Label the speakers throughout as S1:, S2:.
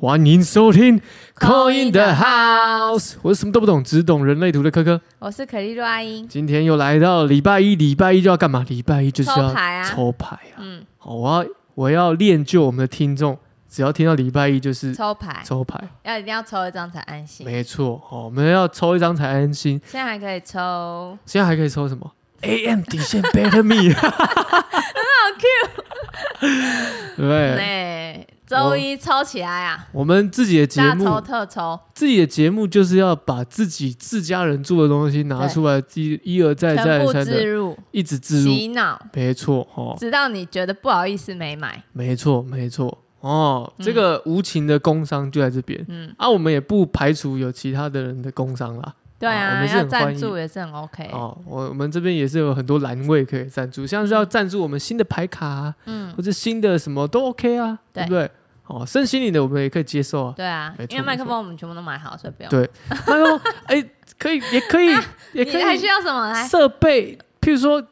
S1: 欢迎收听《Call
S2: Call
S1: in
S2: in
S1: the
S2: the
S1: House》，我是什么都不懂，只懂人类图的科科。
S2: 我是可丽露阿英，
S1: 今天又来到礼拜一，礼拜一就要干嘛？礼拜一就是要
S2: 抽牌啊
S1: 抽牌啊！
S2: 嗯，
S1: 好，我要我要练就我们的听众，只要听到礼拜一就是
S2: 抽牌
S1: 抽牌，
S2: 要一定要抽一张才安心，
S1: 没错。哦，我们要抽一张才安心。
S2: 现在还可以抽，
S1: 现在还可以抽什么？AM 底线 Better Me，很好 Q。对，
S2: 对，哎周一抽起来啊，
S1: 我们自己的节
S2: 大
S1: 目
S2: 抽特抽，
S1: 自己的节目就是要把自己自家人做的东西拿出来，一一而再再
S2: 全
S1: 而
S2: 部
S1: 三
S2: 置
S1: 的
S2: 入
S1: 一直植入，
S2: 洗脑，
S1: 没错哦，
S2: 直到你觉得不好意思没买，
S1: 没错没错哦，这个无情的工伤就在这边
S2: 嗯，
S1: 啊，我们也不排除有其他的人的工伤啦。
S2: 对
S1: 啊我
S2: 啊，
S1: 们是很
S2: 要赞助也是很 OK，
S1: 哦，我我们这边也是有很多栏位可以赞助，像是要赞助我们新的牌卡、啊，
S2: 嗯，
S1: 或者新的什么都 OK 啊，对
S2: 对
S1: 不对？哦，身心灵的我们也可以接受啊。
S2: 对啊
S1: 没，错
S2: 因为麦克风我们全部都买好，所以不用
S1: 对，那说，哎，可以，也可以，也可
S2: 你还需
S1: 以
S2: 要什么来？
S1: 设备，譬如说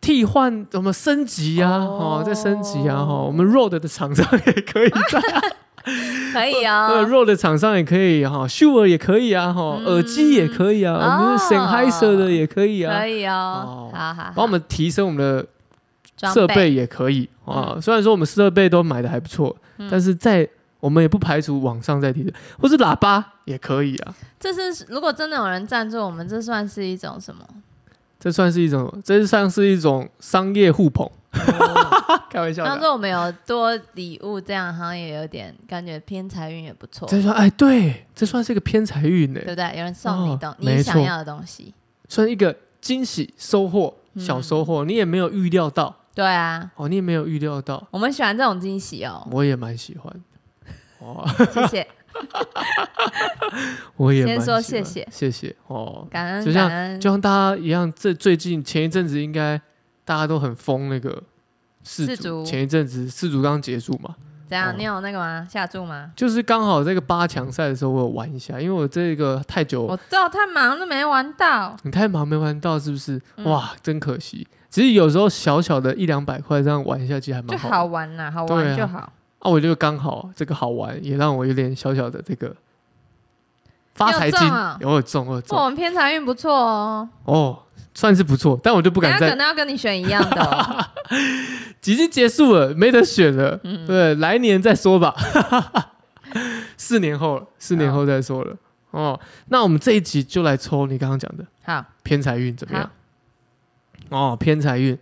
S1: 替换，我们升级啊，哦
S2: 哦，
S1: 再升级啊，哦，我们 Road 的厂商也可以 在，
S2: 可以
S1: 呃
S2: 哦，
S1: ，Road 的厂商也可以哈，Sure 也可以啊，哈，耳机也可以啊，我们的
S2: 嗯哦
S1: Sennheiser 的也可以啊
S2: 可，以
S1: 哦，
S2: 哦好好，
S1: 帮我们提升我们的
S2: 装
S1: 设备也可以啊、虽然说我们设备都买的还不错，
S2: 嗯
S1: 但是在我们也不排除网上再提的，或是喇叭也可以啊。
S2: 这是如果真的有人赞助我们，这算是一种什么？
S1: 这算是一种，这算是一种商业互捧， 开玩笑
S2: 当
S1: 的。啊
S2: 做我们有多礼物，这样好像也有点感觉偏财运也不错，
S1: 这
S2: 对
S1: 算哎，对，这算是一个偏财运呢，
S2: 不哦对？有人送你
S1: 哦
S2: 东、
S1: 没
S2: 你
S1: 错
S2: 想要的东西，
S1: 算一个惊喜收获，
S2: 嗯
S1: 小收获，你也没有预料到
S2: 对啊，
S1: 哦，你也没有预料到，。
S2: 我们喜欢这种惊喜哦
S1: 我也蛮喜欢哦，
S2: 谢谢，
S1: 我也蛮
S2: 先说
S1: 喜欢
S2: 谢
S1: 谢
S2: 谢
S1: 谢哦，
S2: 感
S1: 就
S2: 恩
S1: 像
S2: 感恩
S1: 就像大家一样，这最近前一阵子应该大家都很疯那个四
S2: 世足
S1: 前一阵子四足刚结束嘛，
S2: 怎
S1: 哦
S2: 样？你有那个吗？下注吗？
S1: 就是刚好这个八强赛的时候，我有玩一下，因为我这个太久
S2: 我知道太忙了没玩到，
S1: 你太忙没玩到，是不是？
S2: 嗯
S1: 哇，真可惜。其实有时候小小的一两百块这样玩一下，其实还
S2: 就
S1: 蛮好的
S2: 好玩呐、好
S1: 对
S2: 玩
S1: 啊
S2: 就好。
S1: 啊，我就刚好这个好玩，也让我有点小小的这个发财金
S2: 你有中啊，
S1: 我有中，我有
S2: 哇，我
S1: 中，
S2: 们偏财运不错哦，
S1: 哦，算是不错，但我就不
S2: 等下
S1: 敢
S2: 可
S1: 再，
S2: 能要跟你选一样 的哦、
S1: 已经结束了，没得选了。
S2: 嗯，
S1: 对，来年再说吧。 四年后了，四年后再说了。哦，那我们这一集就来抽你刚刚讲的
S2: 好，
S1: 偏财运怎么样？哦，偏财运，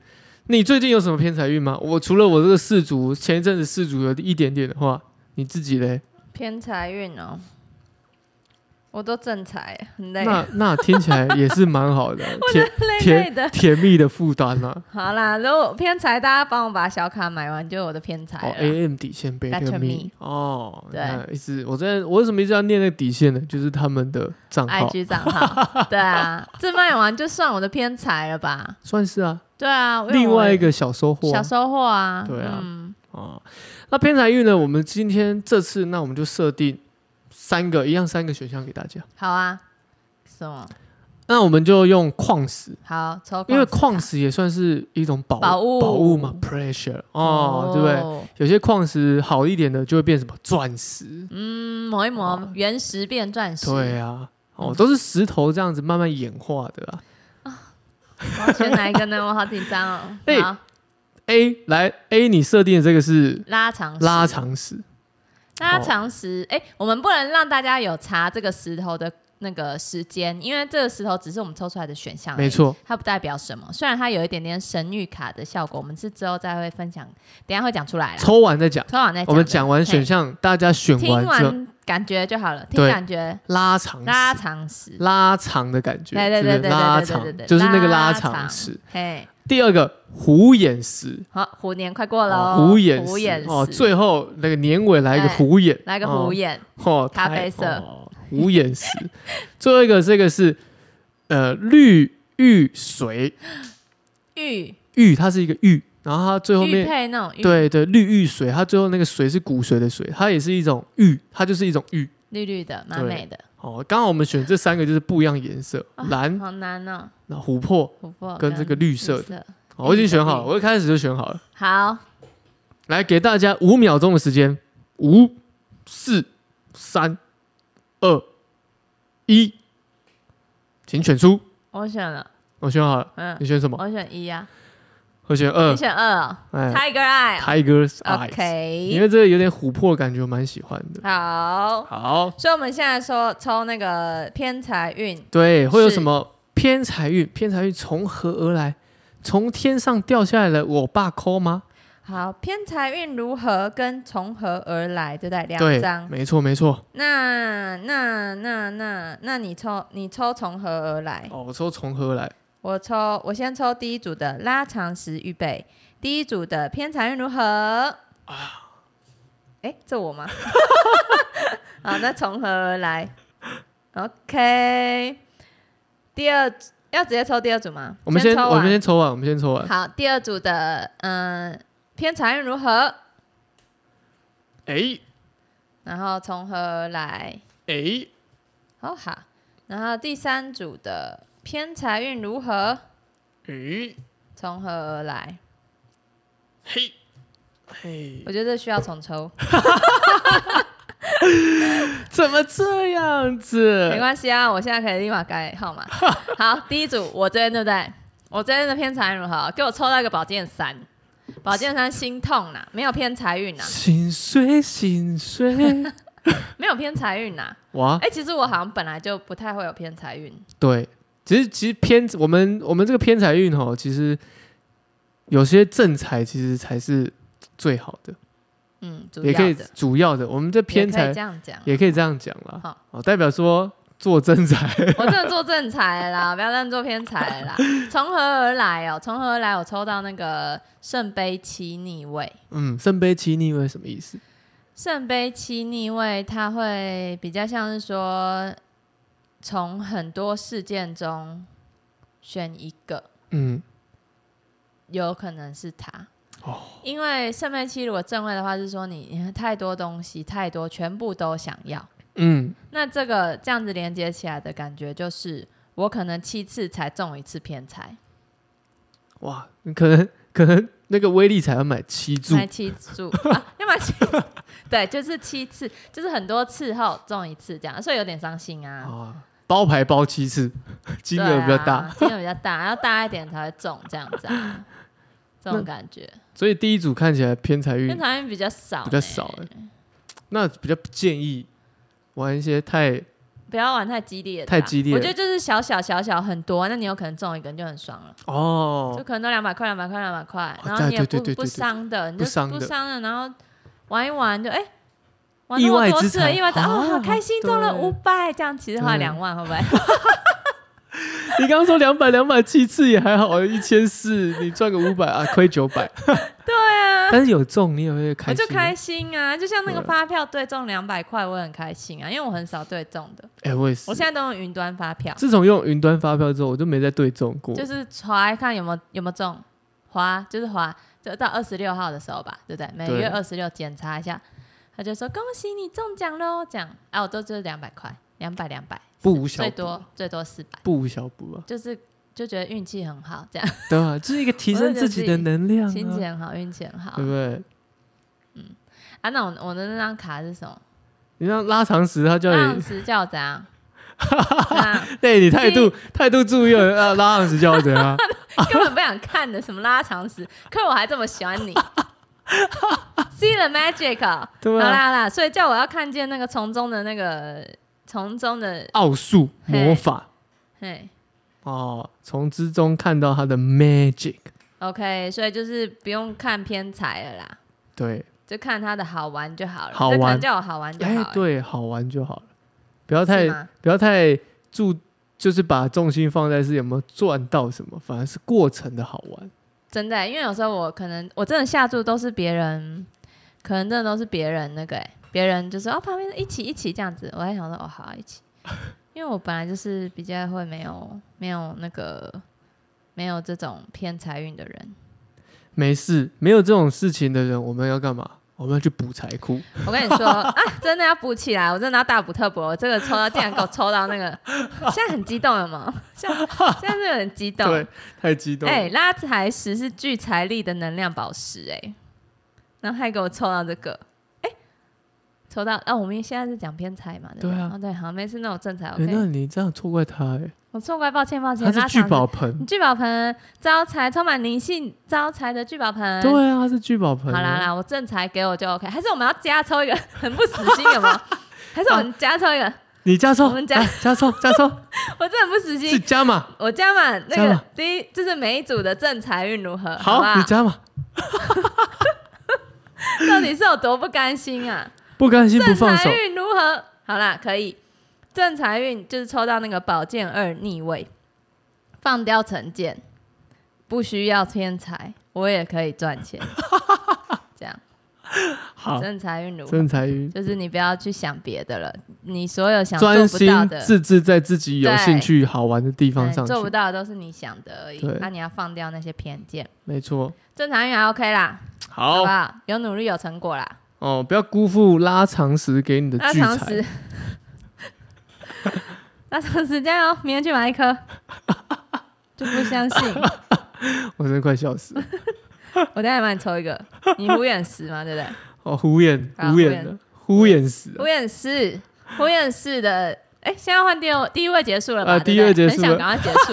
S1: 你最近有什么偏财运吗？我除了我这个四组，前一阵子四组有一点点的话，你自己嘞？
S2: 偏财运哦，我都正财，很累，
S1: 那那听起来也是蛮好 的，甜
S2: 累累
S1: 甜
S2: 的。
S1: 甜蜜的负担啊。
S2: 好啦，如果偏财，大家帮我把小卡买完，就是我的偏财
S1: 哦
S2: 了。
S1: ，AM 底线 b e t
S2: 哎
S1: me
S2: Better Me。
S1: 哦，
S2: 对
S1: 那一直我在我为什么一直要念那个底线呢？就是他们的哦账号，
S2: IG 账号， 对啊，这卖完就算我的偏财了吧？
S1: 算是啊，
S2: 对啊，因为
S1: 另
S2: 我
S1: 外一个小收获
S2: 小
S1: 啊
S2: 收获啊，
S1: 对啊
S2: 嗯，
S1: 哦那偏财运呢？我们今天这次，那我们就设定三个一样三个选项给大家。
S2: 好啊，什么
S1: 那我们就用矿石，
S2: 好抽？
S1: 因为矿石也算是一种宝
S2: 宝物
S1: 宝物嘛，pressure 哦，对不对？
S2: 对？
S1: 有些矿石好一点的就会变什么钻石，
S2: 嗯，磨一磨
S1: 哦，
S2: 原石变钻石，
S1: 对啊，
S2: 嗯
S1: 哦，都是石头这样子慢慢演化的啊。
S2: 我要选哪一个呢？我好紧张 哦。
S1: 哎
S2: 好，
S1: A 来 A，你设定的这个是
S2: 拉长石
S1: 拉长石，
S2: 大家常识，哎、我们不能让大家有查这个石头的那个时间，因为这个石头只是我们抽出来的选项，
S1: 没，错，
S2: 它不代表什么。虽然它有一点点神谕卡的效果，我们是之后再会分享，等一下会讲出来啦。
S1: 抽完再讲。
S2: 抽完再
S1: 我们讲完选项，大家选
S2: 听
S1: 完之后
S2: 完感觉就好了，听
S1: 对
S2: 感觉
S1: 拉长石
S2: 拉长石，
S1: 拉长的感觉，
S2: 对
S1: 是
S2: 对对
S1: 不是
S2: 对对
S1: 拉
S2: 对对对
S1: 长
S2: 对，
S1: 就是那个拉
S2: 拉
S1: 长石。，
S2: 嘿，
S1: 第二个虎眼石，
S2: 好，虎年快过了
S1: 哦
S2: 哦，
S1: 虎眼
S2: 虎眼
S1: 石哦，最后那个年尾来一个
S2: 哎
S1: 虎眼，
S2: 来个虎眼，
S1: 哦，哦
S2: 咖
S1: 太
S2: 啡色
S1: 哦虎眼石。 最后一个这个是呃绿玉髓
S2: 玉
S1: 玉，它是一个玉，然后它最后
S2: 玉
S1: 面。
S2: 佩那种玉，
S1: 对对，绿玉髓，它最后那个髓是骨髓的髓，它也是一种玉，它就是一种玉
S2: 绿绿的，蛮
S1: 对
S2: 美的，
S1: 哦。刚好我们选这三个就是不一样颜色，蓝、
S2: 好难哦，
S1: 那琥珀
S2: 琥珀
S1: 跟这个绿色的。
S2: 的，
S1: 好我已经选好了，我一开始就选好了。
S2: 好。
S1: 来，给大家五秒钟的时间，五、四、三、二、一，请选出。
S2: 我选了，
S1: 我选好了，
S2: 嗯，
S1: 你选什么？
S2: 我选一啊，
S1: 我选二
S2: 你。选二哦
S1: 哎
S2: ，Tiger Eye 哦。
S1: ，Tiger's Eyes，因
S2: OK，
S1: 为这个有点琥珀的感觉，我蛮喜欢的。
S2: 好，
S1: 好，
S2: 所以我们现在说抽那个偏财运，
S1: 对，会有
S2: 是
S1: 什么偏财运？偏财运从何而来？从天上掉下来了，我爸抠吗？
S2: 好，偏财运如何跟从何而来，对不对？两
S1: 对
S2: 张，，
S1: 没错没错。
S2: 那那那那那你抽你抽从何而来？
S1: 哦，我说从何而来？
S2: 我抽，我先抽第一组的拉长时预备，第一组的偏财运如何？啊，哎，这我吗？ 好，那从何而来？OK，第二要直接抽第二组吗？
S1: 我们先，
S2: 抽
S1: 我们
S2: 完。
S1: 先抽完，我们先抽完。
S2: 好，第二组的嗯、偏财运如何？
S1: 哎
S2: 然后从何而来？
S1: 哎，
S2: 好好，然后第三组的偏财运如何？
S1: 咦
S2: 从何而来？
S1: 嘿嘿，
S2: 我觉得这需要重抽，
S1: 怎么这样
S2: 没
S1: 子？
S2: 关系啊，我现在可以立马改号码。好，第一组我这边对不对？我这边的偏财运如何？给我抽到一个宝剑三，宝剑三心痛呐、没有偏财运呐，
S1: 心碎心 碎，
S2: 没有偏财运呐。
S1: 哇
S2: 哎、，其实我好像本来就不太会有偏财运，
S1: 对，其实其实偏我们我们这个偏财运哦，其实有些正财其实才是最好的，
S2: 嗯，主
S1: 也
S2: 要
S1: 可以
S2: 的
S1: 主要的。我们这偏
S2: 也可
S1: 财
S2: 以这样讲。啊
S1: 也可以这样讲啦
S2: 好，
S1: 哦，代表说做正财
S2: 我真的做正财了啦，不要 乱做偏财了啦。从何而来哦？从何而来？我抽到那个圣杯七逆位，
S1: 嗯，圣杯七逆位什么意思？
S2: 圣杯七逆位，它会比较像是说，从很多事件中选一个，
S1: 嗯，
S2: 有可能是他。
S1: 哦
S2: 因为圣杯七如果正位的话，是说你你太多东西，太多，全部都想要。
S1: 嗯，
S2: 那这个这样子连接起来的感觉，就是我可能七次才中一次偏财。
S1: 哇，可能可能那个威力才要买七注
S2: 买七注啊，要买七注，对，就是七次，就是很多次后中一次这样，所以有点伤心啊。
S1: 啊，包牌包七次， 金额比较大，
S2: 对啊，金额比较大，要大一点才会中这样子啊，这种
S1: 那
S2: 感觉。
S1: 所以第一组看起来偏财运
S2: 偏财运比较少、
S1: 比较少、欸，那比较不建议玩一些太
S2: 不要玩太激烈的啊、
S1: 太激烈
S2: 我觉得就是小小小小很多，那你有可能中一个你就很爽了，
S1: 哦
S2: 就，可能都两百块、两百块、两百块，然
S1: 对
S2: 后你也
S1: 对
S2: 不
S1: 对对对
S2: 不伤的，你就
S1: 不伤的
S2: 不伤的，然后玩一玩就哎。玩
S1: 意
S2: 那么
S1: 外
S2: 多
S1: 之
S2: 次了，
S1: 财
S2: 意外之
S1: 啊
S2: 哦，好开心，中了
S1: 对
S2: 五百，这样其实花
S1: 对
S2: 两万，会不会？
S1: 你刚刚说两百两百七次也还好，哦一千四你赚个五百啊，亏九 百。对啊，但是有中你也会
S2: 我
S1: 开心。
S2: 就开心啊，就像那个
S1: 对
S2: 发票对中两百块，我很开心啊，因为我很少对中的，
S1: 哎、我也是
S2: 我。现在都用云端发票，
S1: 自从用云端发票之后，我就没再对中过。
S2: 就是划看有没有有没有中，划就是划，就到二十六号的时候吧，对不对？每
S1: 对
S2: 月二十六检查一下，他就说恭喜你中奖喽，这样啊，我都就是两百块，两百两百，
S1: 不无小
S2: 最
S1: 补，
S2: 多最多四百，
S1: 不无小补啊，
S2: 就是就觉得运气很好，这样、
S1: 对啊，这是一个提升自己的能量、啊，
S2: 心情
S1: 对
S2: 很好，运气很好
S1: 不对？
S2: 啊。那我我的那张卡是什么？
S1: 你像拉长时，他叫
S2: 当
S1: 你，
S2: 时叫怎样？啊
S1: 对哎你态度态度注意了，啊、拉长时叫我怎 样？
S2: 根本不想看的，什么拉长时，可我还这么喜欢 你。See the magic，、哦
S1: 对
S2: 好
S1: 啊，
S2: 啦好啦，所以叫我要看见那个从中的那个从中的，
S1: 奥数魔法
S2: 嘿
S1: 哦，从之中看到他的 magic，
S2: ，OK，所以就是不用看偏财了啦，
S1: 对，
S2: 就看它的好玩就好了。
S1: 好玩
S2: 这可能叫我好玩就好
S1: 哎、
S2: 了，
S1: 对，好玩就好了，不要
S2: 是
S1: 哎太
S2: 吗
S1: 不要太注，就是把重心放在是有没有赚到什么，反而是过程的好玩。
S2: 真的、因为有时候我可能我真的下注都是别人，可能真的都是别人那个、欸，别人就说哦旁边一起一起这样子，我还想说哦好、啊、一起， 因为我本来就是比较会没有没有那个没有这种偏财运的人。
S1: 没事，没有这种事情的人，我们要干嘛？我们要去补财库。
S2: 我跟你说 啊，真的要补起来，我真的要大补特补。我这个抽到竟然给我抽到那个， 现在很激动了吗？现在现在是有点激 动。
S1: 对，太激动了。
S2: 哎、拉财石是聚财力的能量宝石、哎，然后还给我抽到这个，哎、抽到啊，我们现在是讲偏财嘛，
S1: 对
S2: 对不对
S1: 啊
S2: 哦对，好，没事，那我正财
S1: 哎、那
S2: OK，
S1: 你这样错怪他、欸，
S2: 我错怪，抱歉，抱歉，
S1: 他是
S2: 拉
S1: 聚
S2: 长
S1: 宝
S2: 你
S1: 盆，
S2: 聚宝盆招财，充满灵性招财的聚宝盆。
S1: 对啊，他是聚宝盆、
S2: 嗯好啦啦，我正财给我就 OK，还是我们要加抽一个 很不死心，有 没有？还是我们加抽一个，
S1: 你加抽，
S2: 我们加
S1: 来加抽，加 抽，
S2: 我真的很不死
S1: 是
S2: 心。
S1: 加嘛？
S2: 我加满那
S1: 加
S2: 个
S1: 码
S2: 第一，就是每一组的正财运如何？好啊
S1: 好，
S2: 不好
S1: 你加嘛？
S2: 到底是有多不甘心啊？
S1: 不甘心不
S2: 正
S1: 放
S2: 财
S1: 手，
S2: 运如何？好啦，可以。正财运就是抽到那个宝剑二逆位，放掉成见，不需要天才，我也可以 赚钱。这样
S1: 好，
S2: 正财运如何？
S1: 真财运，
S2: 就是你不要去想别的了，你所有想做
S1: 专
S2: 不到
S1: 心
S2: 的，
S1: 致志在自己有
S2: 对
S1: 兴趣、好玩的地方
S2: 嗯
S1: 上
S2: 做不
S1: 去，
S2: 到的都是你想的而已。
S1: 对
S2: 那、你要放掉那些偏见，
S1: 没错。
S2: 正常运还 OK 啦，好
S1: 好
S2: 不好？有努力有成果啦。
S1: 哦，不要辜负拉长石给你的
S2: 那
S1: 聚
S2: 长
S1: 财
S2: 时，， 那长时加油，明天去买一颗。就不相信，
S1: 我真的快笑死了。
S2: 我等下帮你抽一个。你虎眼石嘛，对不对？
S1: 哦，虎眼，
S2: 啊
S1: 虎眼的，虎眼死了
S2: 虎。眼石，虎眼石的，哎、现在换第二第一位结束了吧？
S1: 啊
S2: 对不对
S1: 第一位结束了
S2: 很想赶快结束。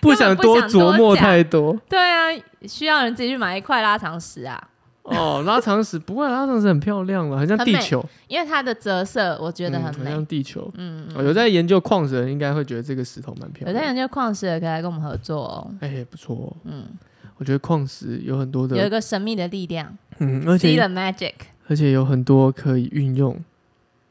S1: 不想多琢磨太多。
S2: 对啊，需要人自己去买一块拉长石啊。
S1: 哦，拉长石不会，拉长石很漂亮了，很像地球，
S2: 因为它的折射，我觉得
S1: 嗯
S2: 很美。
S1: 像地球。
S2: 嗯，嗯
S1: 哦有在研究矿石的人应该会觉得这个石头蛮漂
S2: 有在
S1: 亮的。
S2: 研究矿石的可以来跟我们合作哦。
S1: 哎，不错哦，
S2: 嗯，
S1: 我觉得矿石有很多
S2: 有一
S1: 的，
S2: 个神秘的力量
S1: 嗯，而
S2: ，See the
S1: 且
S2: magic，
S1: 而且有很多可以运用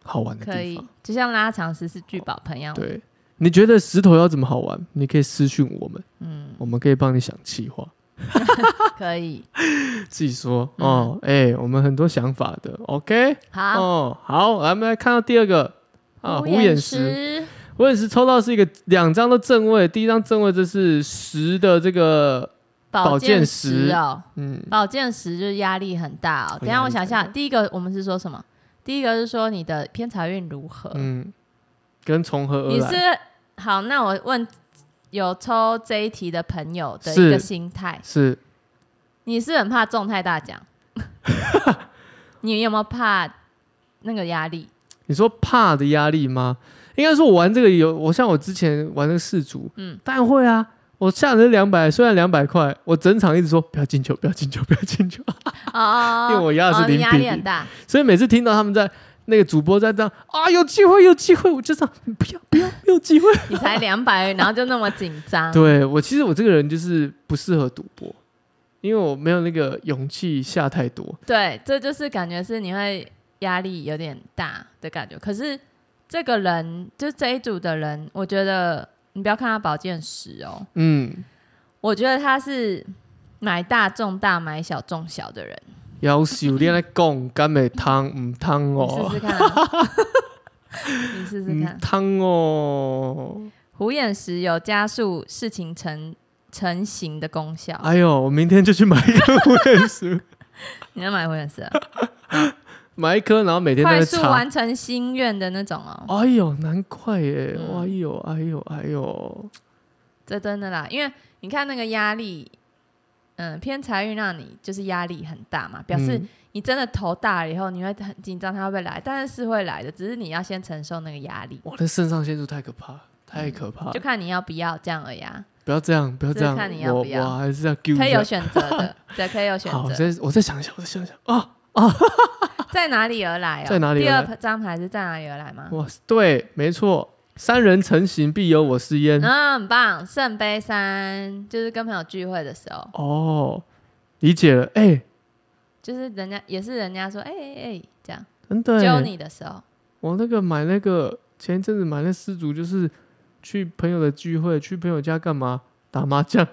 S1: 好玩的
S2: 可
S1: 地
S2: 以
S1: 方。，
S2: 就像拉长石是聚宝盆一样。
S1: 对，你觉得石头要怎么好玩？你可以私讯我们，
S2: 嗯，
S1: 我们可以帮你想计 划。
S2: 可以。
S1: 自己说哦，哎，我们很多想法的，OK？
S2: 嗯好，
S1: 哦，好，我们来看到第二个啊，虎眼
S2: 眼
S1: 石。，我也是抽到是一个两张都正位，第一张正位这是十的这个，
S2: 宝
S1: 剑
S2: 剑
S1: 石
S2: 石哦，
S1: 嗯，
S2: 宝剑石就是压力很大哦。等一下我想
S1: 压力
S2: 一下，
S1: 很
S2: 第一个我们是说什么？第一个是说你的偏财运如何？
S1: 嗯，跟从何而
S2: 呃你
S1: 来？
S2: 是好，那我问有抽这一题的朋友的一
S1: 是
S2: 个心态，
S1: 是
S2: 你是很怕中太大奖， 你有没有怕那个压力？
S1: 你说怕的压力吗？应该说，我玩这个有，我像我之前玩那个四组，
S2: 嗯
S1: 嗯，当然会啊。我下的是两百，虽然两百块，我整场一直说不要进球，不要进球，不要进球，
S2: 哦，
S1: 因为我压的是
S2: 哦你
S1: 零
S2: 压
S1: 比
S2: 力
S1: 零
S2: 很大，
S1: 所以每次听到他们在那个主播在这样啊，有机会，有机会，我就这样不要，不要，没有机会。
S2: 你才两百，然后就那么紧 张，
S1: 对我其实我这个人就是不适合赌博，因为我没有那个勇气下太多。
S2: 对，这就是感觉是你会压力有点大的感觉。可是这个人，就这一组的人，我觉得你不要看他保健石哦，
S1: 嗯，
S2: 我觉得他是买大中大，买小中小的人，
S1: 要是有你来讲，敢袂汤唔汤
S2: 你试
S1: 哦，
S2: 试看、啊， 你试试
S1: 唔
S2: 看。
S1: 汤哦。
S2: 虎眼石有加速事情成成型的功效。
S1: 哎呦，我明天就去买一 颗五元薯，
S2: 你要买虎眼石、 啊，
S1: 买一颗，然后每天都
S2: 快
S1: 在
S2: 速
S1: 擦。
S2: 完成心愿的那种哦，
S1: 哎呦，难怪耶！
S2: 嗯
S1: 哎呦，哎呦，哎呦，
S2: 这真的啦，因为你看那个压力，嗯，偏财运让你就是压力很大嘛，表示
S1: 嗯
S2: 你真的头大了以后，你会很紧张，它会不会来？但是是会来的，只是你要先承受那个压力，
S1: 我的肾上腺素太可怕，太可怕了
S2: 就！看你要不要这样而已啊，
S1: 不要这样，不要这样，
S2: 嗯就是看你要
S1: 我
S2: 不要
S1: 我还是要丢一
S2: 可以有
S1: 下。
S2: 选择 的，对，可以有选
S1: 好，我
S2: 择，
S1: 再我再想一想，我再想一想啊！
S2: 在哪里而来哦？
S1: 在哪里
S2: 第
S1: 而来
S2: 二张牌是在哪里而来吗？
S1: 哇，对，没错，三人成行必有我师焉。
S2: 嗯，很棒，圣杯三就是跟朋友聚会的时候，
S1: 哦，理解了。哎、
S2: 就是人家也是人家说，哎哎哎，这样
S1: 真的耶，
S2: 揪你的时候，
S1: 我那个买那个前一阵子买那丝竹，就是去朋友的聚会，去朋友家干嘛？打麻将，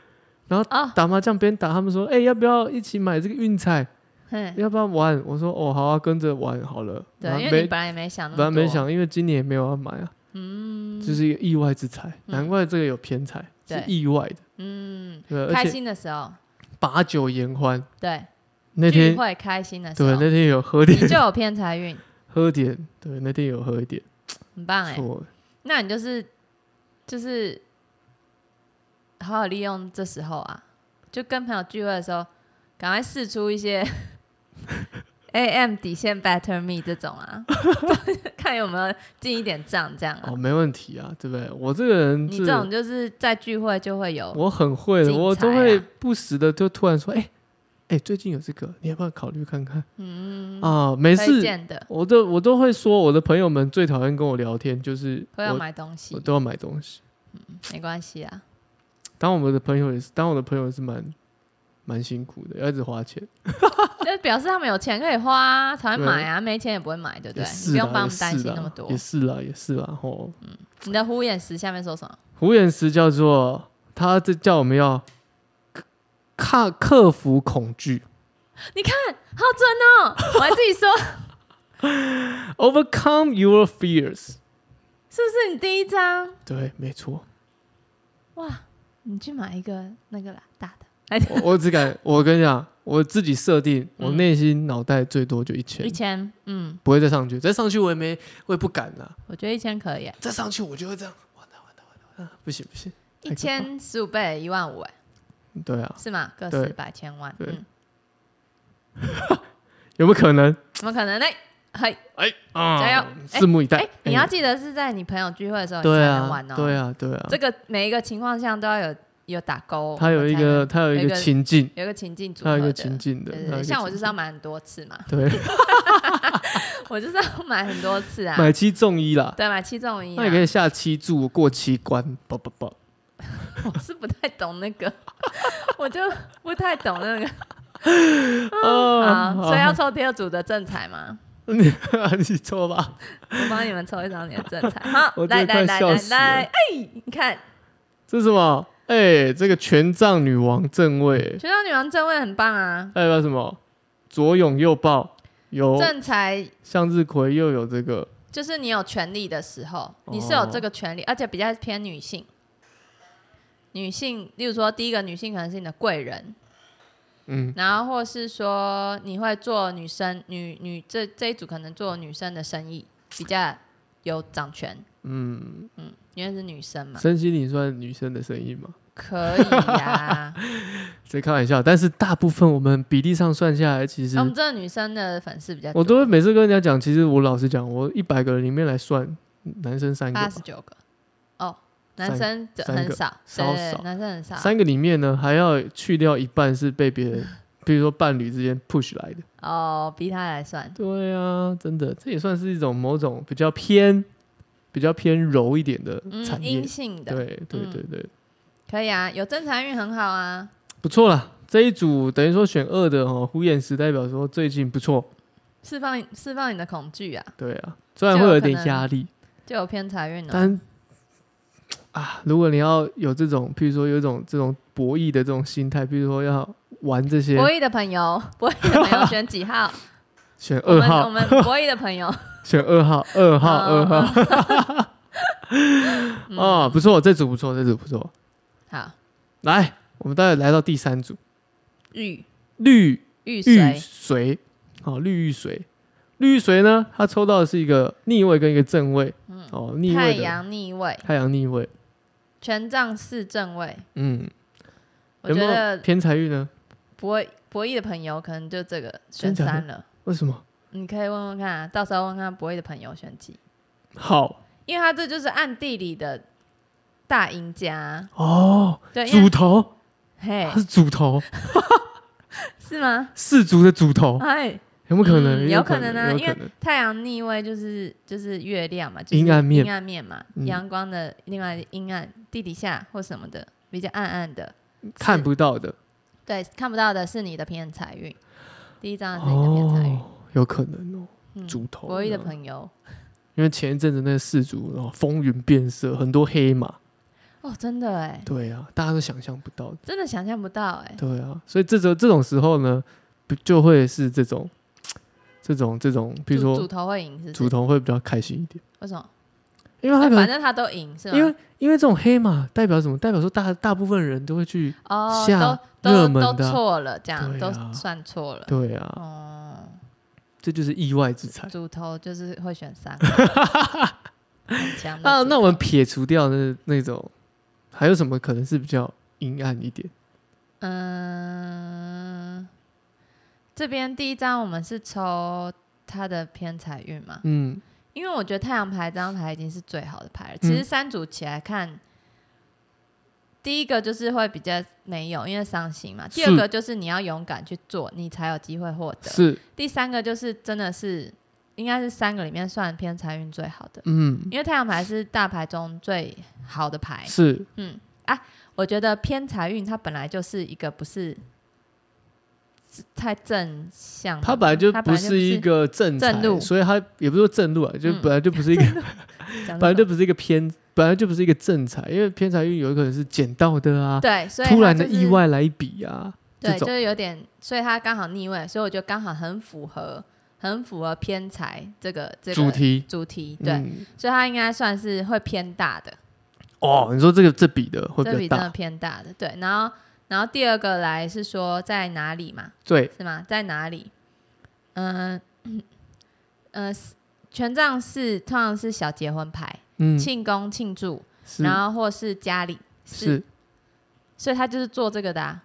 S2: 哦，
S1: 打麻将边打，他们说：“哎、要不要一起买这个运彩？
S2: 哼，
S1: 要不要玩？”我说：“哦，好啊，跟着玩好了。”
S2: 对
S1: 然，后
S2: 因为你
S1: 没
S2: 本来也没想那
S1: 本来
S2: 么多，
S1: 没想，因为今年也没有要买啊，
S2: 嗯，
S1: 就是一个意外之财，
S2: 嗯
S1: 难怪这个有偏财，
S2: 对
S1: 是意外的。
S2: 嗯，
S1: 对，而
S2: 开
S1: 且
S2: 心的时候，
S1: 把酒言欢
S2: 对，
S1: 那
S2: 聚
S1: 天，
S2: 会开心的时
S1: 对
S2: 候，
S1: 那天有喝
S2: 你
S1: 点
S2: 就有偏财运，
S1: 喝点，对那天有喝一点，
S2: 很棒哎。
S1: 错，
S2: 那你就是就是好好利用这 时候啊，就跟朋友聚会的时候，赶快试出一些 AM 底线 Better Me 这种啊， 看有没有进一点账这样、啊。
S1: 哦，没问题啊，对不对？我这个人
S2: 你
S1: 是
S2: 这种就是在聚会就会有，
S1: 我很会的，
S2: 精彩啊
S1: 我都会不时的就突然说，哎、哎、最近有这个，你要不要考虑看看？
S2: 嗯，
S1: 啊，没
S2: 推
S1: 事，
S2: 荐的，
S1: 我都我都会说，我的朋友们最讨厌跟我聊天，就是
S2: 会要
S1: 我
S2: 买东西
S1: 我，都要买东西。
S2: 没关系啊。
S1: 当我们的朋友也是，当我的朋友也是蛮蛮辛苦的，要一直花钱。
S2: 就表示他们有钱可以花、啊、才会买啊，没钱也不会买，对不
S1: 也
S2: 对？
S1: 是
S2: 你不用
S1: 啦
S2: 帮我
S1: 也
S2: 们担
S1: 是
S2: 心
S1: 啦
S2: 那么多
S1: 也。是啊啦，也是啦。吼，
S2: 你的虎眼石下面说什么？
S1: 胡言石叫做他这叫我们要克克服恐惧
S2: 你看，好准哦！我还自己说，
S1: ，overcome your fears。
S2: 是不是你第一张？
S1: 对，没错，
S2: 哇，你去买一个那个啦，大的，
S1: 我我只敢，我跟你讲，我自己设定，我
S2: 嗯
S1: 内心脑袋最多就一千
S2: 一，千，嗯，
S1: 不会再上去，再上去我也没，我也不敢啦，
S2: 我觉得一千可以耶，
S1: 再上去我就会这样，完了完了完了完了，不行不行，太
S2: 一
S1: 可怕
S2: 千十五倍一万五，哎，
S1: 对啊，
S2: 是吗？个
S1: 对
S2: 十百千万，
S1: 对
S2: 嗯，
S1: 有没有可能？
S2: 怎么可能呢？嘿，
S1: 哎啊，
S2: 加油哎
S1: 拭目以待。
S2: 哎，你要记得是在你朋友聚会的时候你才
S1: 对
S2: 能
S1: 啊
S2: 玩哦，，
S1: 对啊，对啊，
S2: 这个每一个情况下都要有有打勾，
S1: 它有一个，它有
S2: 有
S1: 一
S2: 一
S1: 个
S2: 个
S1: 情境，
S2: 有一个情境组
S1: 它
S2: 合
S1: 有
S2: 的，
S1: 一个情境的
S2: 对，对
S1: 它有一
S2: 对，
S1: 个
S2: 像我就是
S1: 情
S2: 要买很多次嘛，
S1: 对，
S2: 我就是要买很多次啊，
S1: 买七中一啦，
S2: 对，买七中一、啊
S1: 那也可以下七注过七关，不不不，
S2: 我是不太懂那个， 我就不太懂那个，
S1: 哦啊
S2: 好，啊所以要抽第二组的正财嘛，
S1: 你啊 你抽吧，
S2: 我帮你们抽一张你的正财，好
S1: 我，
S2: 来
S1: 真的快
S2: 来来
S1: 笑
S2: 来
S1: 死
S2: 来，
S1: 了
S2: 哎，你看
S1: 这是什么？哎，这个权杖女王正位，
S2: 全场女王正位很棒啊，
S1: 代表什么？左拥右抱，有
S2: 正财
S1: 向日葵，又有这个
S2: 就是你有权利的时候，你是有
S1: 哦
S2: 这个权利，而且比较偏女性。女性，例如说，第一个女性可能是你的贵人，
S1: 嗯
S2: 然后或是说你会做女生女女这这一组可能做女生的生意比较有掌权，
S1: 嗯，
S2: 嗯，因为是女生嘛，
S1: 身心灵算女生的生意吗？
S2: 可以 呀、哦
S1: 谁开玩笑？但是大部分我们比例上算下来，其实
S2: 那我们这女生的粉丝比较多，
S1: 我都会每次跟人家讲，其实我老实讲，我一百个人里面来算，男生三个
S2: 八
S1: 吧，
S2: 十九个哦，男
S1: 三
S2: 生就
S1: 三个
S2: 很少，
S1: 稍
S2: 对对
S1: 少
S2: 对，男生很少
S1: 三个里面呢还要去掉一半是被别人，比如说伴侣之间 push 来的。
S2: 哦，逼他来算，
S1: 对啊，真的，这也算是一种某种比较偏、比较偏柔一点的
S2: 嗯，
S1: 产业。
S2: 阴性的嗯
S1: 对对对对，
S2: 可以啊，有正财运很好啊，
S1: 不错啦。这一组等于说选二的哦，虎眼石代表说最近不错。
S2: 释放释放你的恐惧啊，
S1: 对啊，虽然会有点压力，
S2: 就有嗯偏财运了。
S1: 但啊，如果你要有这种，譬如说有一种这种博弈的这种心态，譬如说要玩这些，
S2: 博弈的 朋友，博弈的朋友选几号？
S1: 选
S2: 我
S1: 二
S2: 们
S1: 号
S2: 我，们博弈的朋友，
S1: 选二号，二号，
S2: 嗯
S1: 二号。 哦，不错，这组不错，这组不错。
S2: 好，
S1: 来，我们待会来到第三组，
S2: 玉
S1: 绿
S2: 玉
S1: 玉
S2: 髓，
S1: 髓，哦，绿玉髓，绿玉髓呢，它抽到的是一个逆位跟一个正位，哦，逆
S2: 嗯太
S1: 位的
S2: 阳逆位，
S1: 太阳逆位，
S2: 权杖四正位。
S1: 嗯，
S2: 我
S1: 有没
S2: 觉
S1: 有
S2: 得
S1: 偏财运呢？
S2: 博博弈的朋友可能就这个
S1: 真
S2: 选
S1: 假的
S2: 三了，
S1: 为什么？
S2: 你可以问问看啊，到时候问看博弈的朋友选几，
S1: 好
S2: 因为他这就是按地理的大赢家，
S1: 哦，
S2: 对，因
S1: 主
S2: 为哎
S1: 头，
S2: 嘿
S1: 它是主头，
S2: 是吗？
S1: 氏族的主头，
S2: 哎，
S1: 有没有可能？有
S2: 嗯有
S1: 可
S2: 可能啊
S1: 有
S2: 因
S1: 可
S2: 为
S1: 能，
S2: 太阳逆位就是就是月亮嘛，就是
S1: 阴暗面
S2: 阴暗面嘛，
S1: 嗯
S2: 阳光的另外阴暗地底下或什么的，比较暗暗的，
S1: 看不到的，
S2: 对，看不到的是你的偏财运，第一张是你的偏财运，
S1: 哦，有可能哦，
S2: 嗯
S1: 主头
S2: 博弈的
S1: 呢
S2: 朋友，
S1: 因为前一阵子那个氏族哦风云变色，很多黑马，
S2: 哦，真的哎，
S1: 对啊，大家都想象不到，
S2: 真的想象不到哎，
S1: 对啊，所以这种这种时候呢，不就会是这种这种这种，比如
S2: 主
S1: 说
S2: 头会赢是不
S1: 主
S2: 是？
S1: 头会比较开心一点，
S2: 为什么？
S1: 因为他
S2: 哎
S1: 可
S2: 反
S1: 能
S2: 正他都赢是吗？啊
S1: 因为因为这种黑马代表什么？代表说大大部分人都会去，
S2: 哦，
S1: 下
S2: 都
S1: 热
S2: 都
S1: 门的啊
S2: 都错了，这样
S1: 对
S2: 都
S1: 啊
S2: 算错了。
S1: 对啊，
S2: 呃哦，
S1: 这就是意外之财
S2: 主头就是会选三 个，很强的
S1: 啊。
S2: 主
S1: 那我们
S2: 头
S1: 撇除掉那那种，还有什么可能是比较阴暗一点？
S2: 嗯，这边第一张我们是抽他的偏财运嘛，
S1: 嗯，
S2: 因为我觉得太阳牌这张牌已经是最好的牌了。其实三组起来看，第一个就是会比较没有，因为伤心嘛；第二
S1: 是
S2: 个就是你要勇敢去做，你才有机会获得；
S1: 是，
S2: 第三个就是真的是应该是三个里面算偏财运最好的，
S1: 嗯，
S2: 因为太阳牌是大牌中最好的牌。
S1: 是，
S2: 嗯啊，我觉得偏财运它本来就是一个不是太正向的，
S1: 它本来就
S2: 嗯它
S1: 不是一个正财
S2: 正路
S1: 所以它也不是说正路啊，就
S2: 嗯
S1: 本来就不是一个，
S2: 讲
S1: 本
S2: 得
S1: 来就
S2: 懂
S1: 不是一个偏，本来就不是一个正财，因为偏财运有可能是捡到的啊，
S2: 对，所以
S1: 突
S2: 它
S1: 然的
S2: 就是
S1: 意，外来一笔啊，这
S2: 对，就
S1: 种
S2: 是有点，所以它刚好逆位，所以我觉得刚好很符合，很符合偏财这个这个
S1: 主题，
S2: 主题，对，
S1: 嗯
S2: 所以它应该算是会偏大的，
S1: 哦，你说这个这笔的会
S2: 这笔
S1: 比较
S2: 真
S1: 大，
S2: 的偏大的，对，然后然后第二个来是说在哪里嘛，
S1: 对，
S2: 是吗？在哪里？嗯、呃，权杖是通常是小结婚牌，
S1: 嗯，
S2: 庆功庆祝，
S1: 是
S2: 然后或是家里，
S1: 是，
S2: 所以他就是做这个的、啊，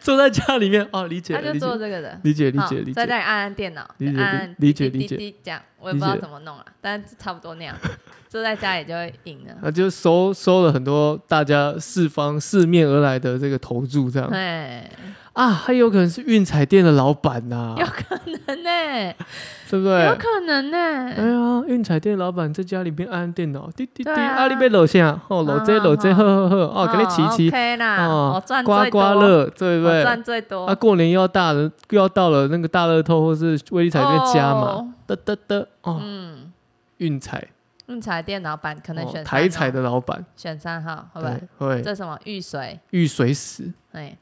S1: 坐在家里面哦，理解
S2: 他
S1: 了，
S2: 就
S1: 理解
S2: 做
S1: 了，
S2: 这个的。
S1: 理解，理
S2: 好
S1: 解，理
S2: 在
S1: 解
S2: 那，里按按电脑，
S1: 理解
S2: 按按
S1: 理解
S2: 滴滴
S1: 理解
S2: 滴滴这样，我也不知
S1: 理
S2: 道
S1: 解
S2: 怎么弄了，但是差不多那样，坐在家里就会赢了。
S1: 那啊就收收了很多大家四方四面而来的这个投注， 这样
S2: 对，
S1: 啊，还有可能是运彩店的老板呐、
S2: 有可能呢、
S1: 对不
S2: 有
S1: 对？
S2: 可能呢、
S1: 哎呀，运彩店老板在家里边按电脑，滴滴滴，
S2: 对啊
S1: 阿里被楼下，哦，楼这
S2: 嗯
S1: 楼这，
S2: 嗯
S1: 呵呵呵，哦，给你骑骑，
S2: ，OK 啦，
S1: 哦
S2: 我赚
S1: 刮
S2: 最
S1: 刮
S2: 多，
S1: 乐，对不
S2: 我
S1: 对？
S2: 赚最多，
S1: 啊，过年又要大了，又要到了那个大乐透或是威力彩那边加嘛，
S2: 哦
S1: 得得得，哦，
S2: 嗯，
S1: 运彩，
S2: 运彩店老板可能选
S1: 哦
S2: 三号、
S1: 台彩的老板，
S2: 选三号，好吧？
S1: 对，会
S2: 这什么玉髓？
S1: 遇水死，
S2: 哎，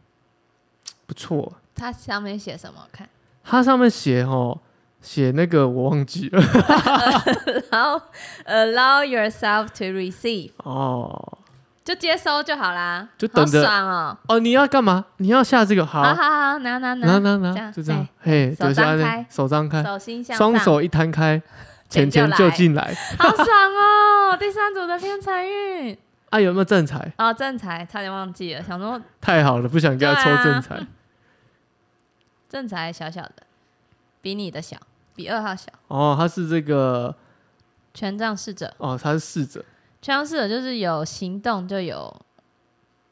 S1: 不错。
S2: 它上面写什么？我看，
S1: 它上面写哦，写那个我忘记了
S2: 然后 allow 呃 yourself to receive，
S1: 哦
S2: 就接收就好啦，
S1: 就等着
S2: 好爽哦！
S1: 哦，你要干嘛？你要下这个好，
S2: 啊好好好，拿拿
S1: 拿
S2: 拿，
S1: 拿
S2: 这
S1: 拿，
S2: 样
S1: 就这样，嘿，
S2: 手
S1: 就这样
S2: 张开
S1: 手张开，
S2: 手心向上，
S1: 双手一摊开，钱
S2: 钱
S1: 钱
S2: 就
S1: 就
S2: 来
S1: 进来。
S2: 好爽哦！第三组的偏财运
S1: 啊，有没有正 财？
S2: 哦，正财差点忘记了，想说
S1: 太好了，不想给他
S2: 啊
S1: 抽正财。
S2: 正财小小的，比你的小，比二号小。
S1: 哦，他是这个
S2: 权杖侍者，
S1: 哦，他是侍者，
S2: 权杖侍者就是有行动就有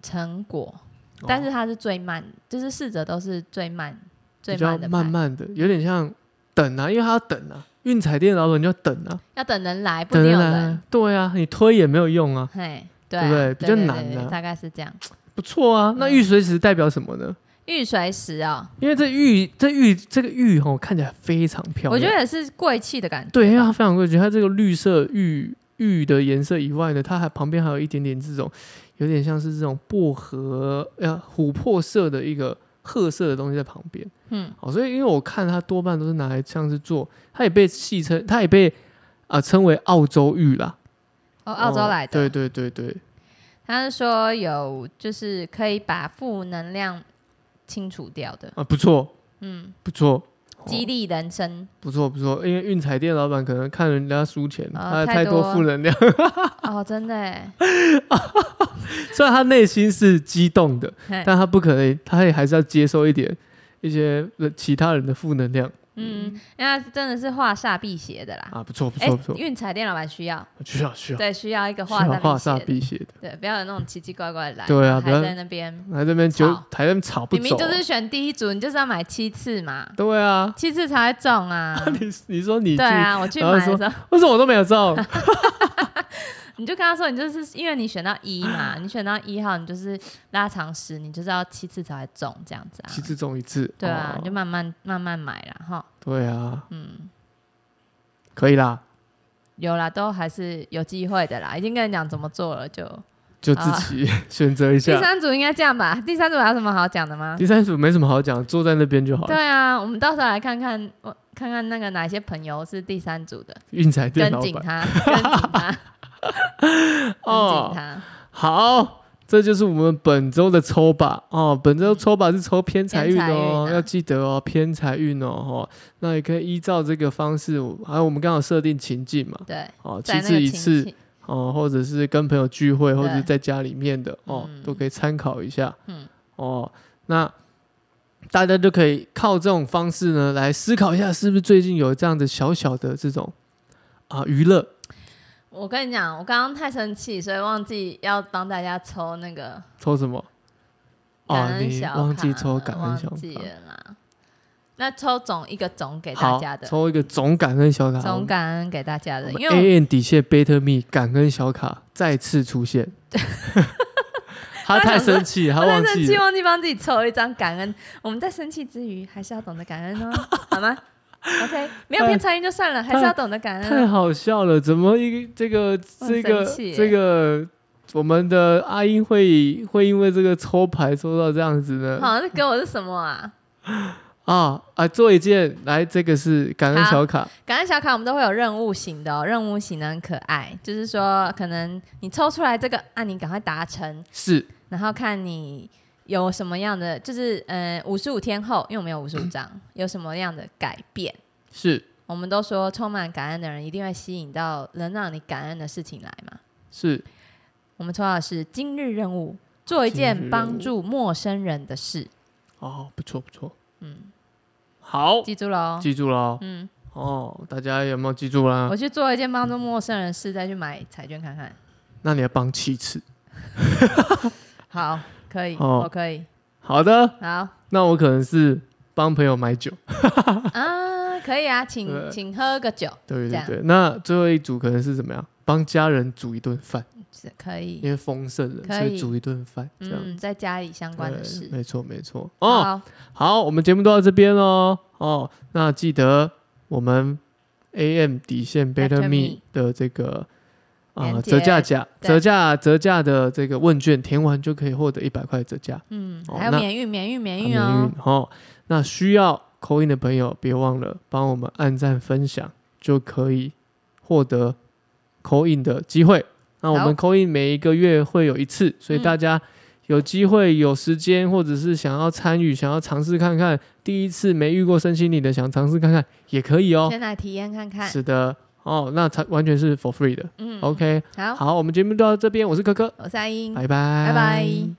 S2: 成果，
S1: 哦
S2: 但是它是最慢，就是逝者都是最慢、最
S1: 比较
S2: 慢的牌，
S1: 慢慢的，有点像等啊，因为他要等啊，运彩店老板就要等啊，
S2: 要等人来，不一
S1: 等
S2: 定有
S1: 人来
S2: 人
S1: 啊。，对啊，你推也没有用啊，
S2: 嘿，对
S1: 对
S2: 啊
S1: 不对
S2: 对，
S1: 比较
S2: 对
S1: 难
S2: 对对
S1: 啊
S2: 大概是这样。
S1: 不错啊。那
S2: 嗯
S1: 玉髓石代表什么呢？
S2: 玉髓石哦，
S1: 因为这玉，这玉，这个玉哦，看起来非常漂亮。
S2: 我觉得也是贵气的感觉。
S1: 对，因为它非常贵，觉得它这个绿色玉玉的颜色以外呢，它还旁边还有一点点这种，有点像是这种薄荷呃琥珀色的一个褐色的东西在旁边。
S2: 嗯，
S1: 哦，所以因为我看它多半都是拿来像是做，它也被戏称，它也被啊、称为澳洲玉啦，
S2: 哦，澳洲
S1: 哦
S2: 来的，
S1: 对对对对，
S2: 他是说有就是可以把负能量清除掉的，
S1: 啊，不错
S2: 嗯，
S1: 不错。哦
S2: 激励 人生。
S1: 不错不错，因为运彩店老板可能看人家输钱，
S2: 哦
S1: 他
S2: 太
S1: 太多
S2: 多
S1: 负能量，
S2: 哦，真的耶，
S1: 虽然他内心是激动的，
S2: 嘿
S1: 但他不可能，他也还是要接受一点一些呃其他人的负能量
S2: 嗯，那真的是画煞辟邪的啦。
S1: 啊，不错不
S2: 哎
S1: 错不，错，
S2: 运彩店老板需要，
S1: 需要需要
S2: 对，需要一个
S1: 需
S2: 画
S1: 要画
S2: 煞
S1: 煞辟
S2: 辟邪的，
S1: 邪的，
S2: 对，不要有那种奇奇怪怪的来，
S1: 对啊不
S2: 还
S1: 要
S2: 在那边
S1: 来这边
S2: 吵
S1: 就台上吵不
S2: 明明
S1: 走
S2: 就
S1: 啊，
S2: 是选第一组，你就是要买七次嘛，
S1: 对啊，
S2: 七次才会中啊。
S1: 你你说你去
S2: 对啊，我去
S1: 然后
S2: 买的
S1: 说
S2: 时候，
S1: 为什么我都没有中？
S2: 你就跟他说，你就是因为你选到一 嘛，你选到一号，你就是拉长时，你就是要七次才会中这样子啊。
S1: 其次中一次，
S2: 对啊，你就
S1: 哦
S2: 慢慢慢慢买啦，哈，
S1: 对啊，
S2: 嗯，
S1: 可以啦，
S2: 有啦，都还是有机会的啦。已经跟你讲怎么做了，就
S1: 就自己 选择一
S2: 啊第
S1: 下。
S2: 三组应该这样吧？第三组还有什么好讲的吗？
S1: 第三组没什么好讲，坐在那边就好了。
S2: 对啊，我们到时候来看看，我看看那个哪些朋友是第三组的，
S1: 运彩店
S2: 跟
S1: 老
S2: 紧
S1: 板
S2: 他，跟紧 他，跟紧
S1: 哦，
S2: 他。
S1: 好，这就是我们本周的抽吧哦。本周抽吧是抽偏财运哦，
S2: 偏财运啊
S1: 要记得哦，偏财运哦哦。那也可以依照这个方式，还有我们刚好设定情境嘛，
S2: 对，
S1: 哦，
S2: 在
S1: 七
S2: 那个
S1: 次一
S2: 情
S1: 次
S2: 境，
S1: 哦，或者是跟朋友聚会，或者是
S2: 对
S1: 在家里面的哦，
S2: 嗯
S1: 都可以参考一下。
S2: 嗯
S1: 哦，那大家就可以靠这种方式呢来思考一下，是不是最近有这样的小小的这种啊娱乐，
S2: 我跟你讲，我刚刚太生气，所以忘记要帮大家抽那个
S1: 抽什么？
S2: 感
S1: 哦，
S2: 恩
S1: 你
S2: 小卡，
S1: 忘记抽感恩小
S2: 忘记
S1: 卡，
S2: 了啦。那抽总一个总给大
S1: 好
S2: 家，的，
S1: 抽一个总感恩哎小卡，
S2: 总感恩给大家的，因为
S1: A N 底线 Better Me 感恩小卡再次出 现。他太生气，
S2: 我
S1: 他
S2: 我在
S1: 忘
S2: 生
S1: 记
S2: 气
S1: 了。
S2: 忘记帮自己抽一张感恩。我们在生气之余，还是要懂得感恩哦，好吗？OK，没有
S1: 哎
S2: 偏差音就算了，还是要懂得感
S1: 太
S2: 恩。
S1: 好笑了，怎么一个这个
S2: 我
S1: 这
S2: 很
S1: 个
S2: 生气耶
S1: 这个我们的阿英会会因为这个抽牌抽到这样子呢？
S2: 啊好，那给我是什么啊？
S1: 啊啊，做一件来，这个是感恩小卡，
S2: 感恩小卡我们都会有任务型的、哦，任务型的很可爱，就是说可能你抽出来这个啊，你赶快达成，
S1: 是
S2: 然后看你有什么样的，就是嗯，五十五天后，因为我们有五十五张，有什么样的改变？
S1: 是
S2: 我们都说充满感恩的人一定会吸引到能让你感恩的事情来嘛。
S1: 是
S2: 我们抽到的是今日任务，做一件帮助陌生人的事。
S1: 哦，不错不错，
S2: 嗯，
S1: 好，
S2: 记住喽。
S1: 记住了哦
S2: 嗯，
S1: 哦，大家有没有记住啊啦
S2: 我？去做一件帮助陌生人的事，再去买彩券看看。
S1: 那你要帮七次。
S2: 好，可以，
S1: 哦
S2: 我可以。
S1: 好的，
S2: 好
S1: 那我可能是帮朋友买酒。
S2: 啊，可以啊，请
S1: 对
S2: 请喝个酒，
S1: 对对
S2: 这样
S1: 对，那最后一组可能是怎么样？帮家人煮一顿饭，
S2: 是可以。
S1: 因为丰盛了，
S2: 可
S1: 所
S2: 以
S1: 以煮一顿饭这样。
S2: 嗯，在家里相关的
S1: 对
S2: 事。
S1: 没错没错。哦，
S2: 好，
S1: 好，我们节目都到这边喽。哦，那记得我们 AM 底线
S2: Better
S1: Better
S2: Me
S1: Me 的这个啊、
S2: 连结
S1: 折价价
S2: 对
S1: 折价折价的这个问卷填完就可以获得一百块折价。
S2: 嗯，
S1: 哦
S2: 还有
S1: 那
S2: 免运，免运，免
S1: 很
S2: 运
S1: 幸
S2: 哦
S1: 运。哦。那需要扣印的朋友，别忘了帮我们按赞分享，就可以获得扣印的机会。那我
S2: 好
S1: 们扣印每一个月会有一次，所以
S2: 嗯
S1: 大家有机会、有时间，或者是想要参与、想要尝试看看，第一次没遇过身心灵的，想尝试看看也可以哦。
S2: 先来体验看看。
S1: 是的，哦，那才完全是 for free 的。
S2: 嗯
S1: OK，
S2: 好，
S1: 好，我们节目就到这边，我是可可，
S2: 我是阿英，
S1: 拜拜，
S2: 拜拜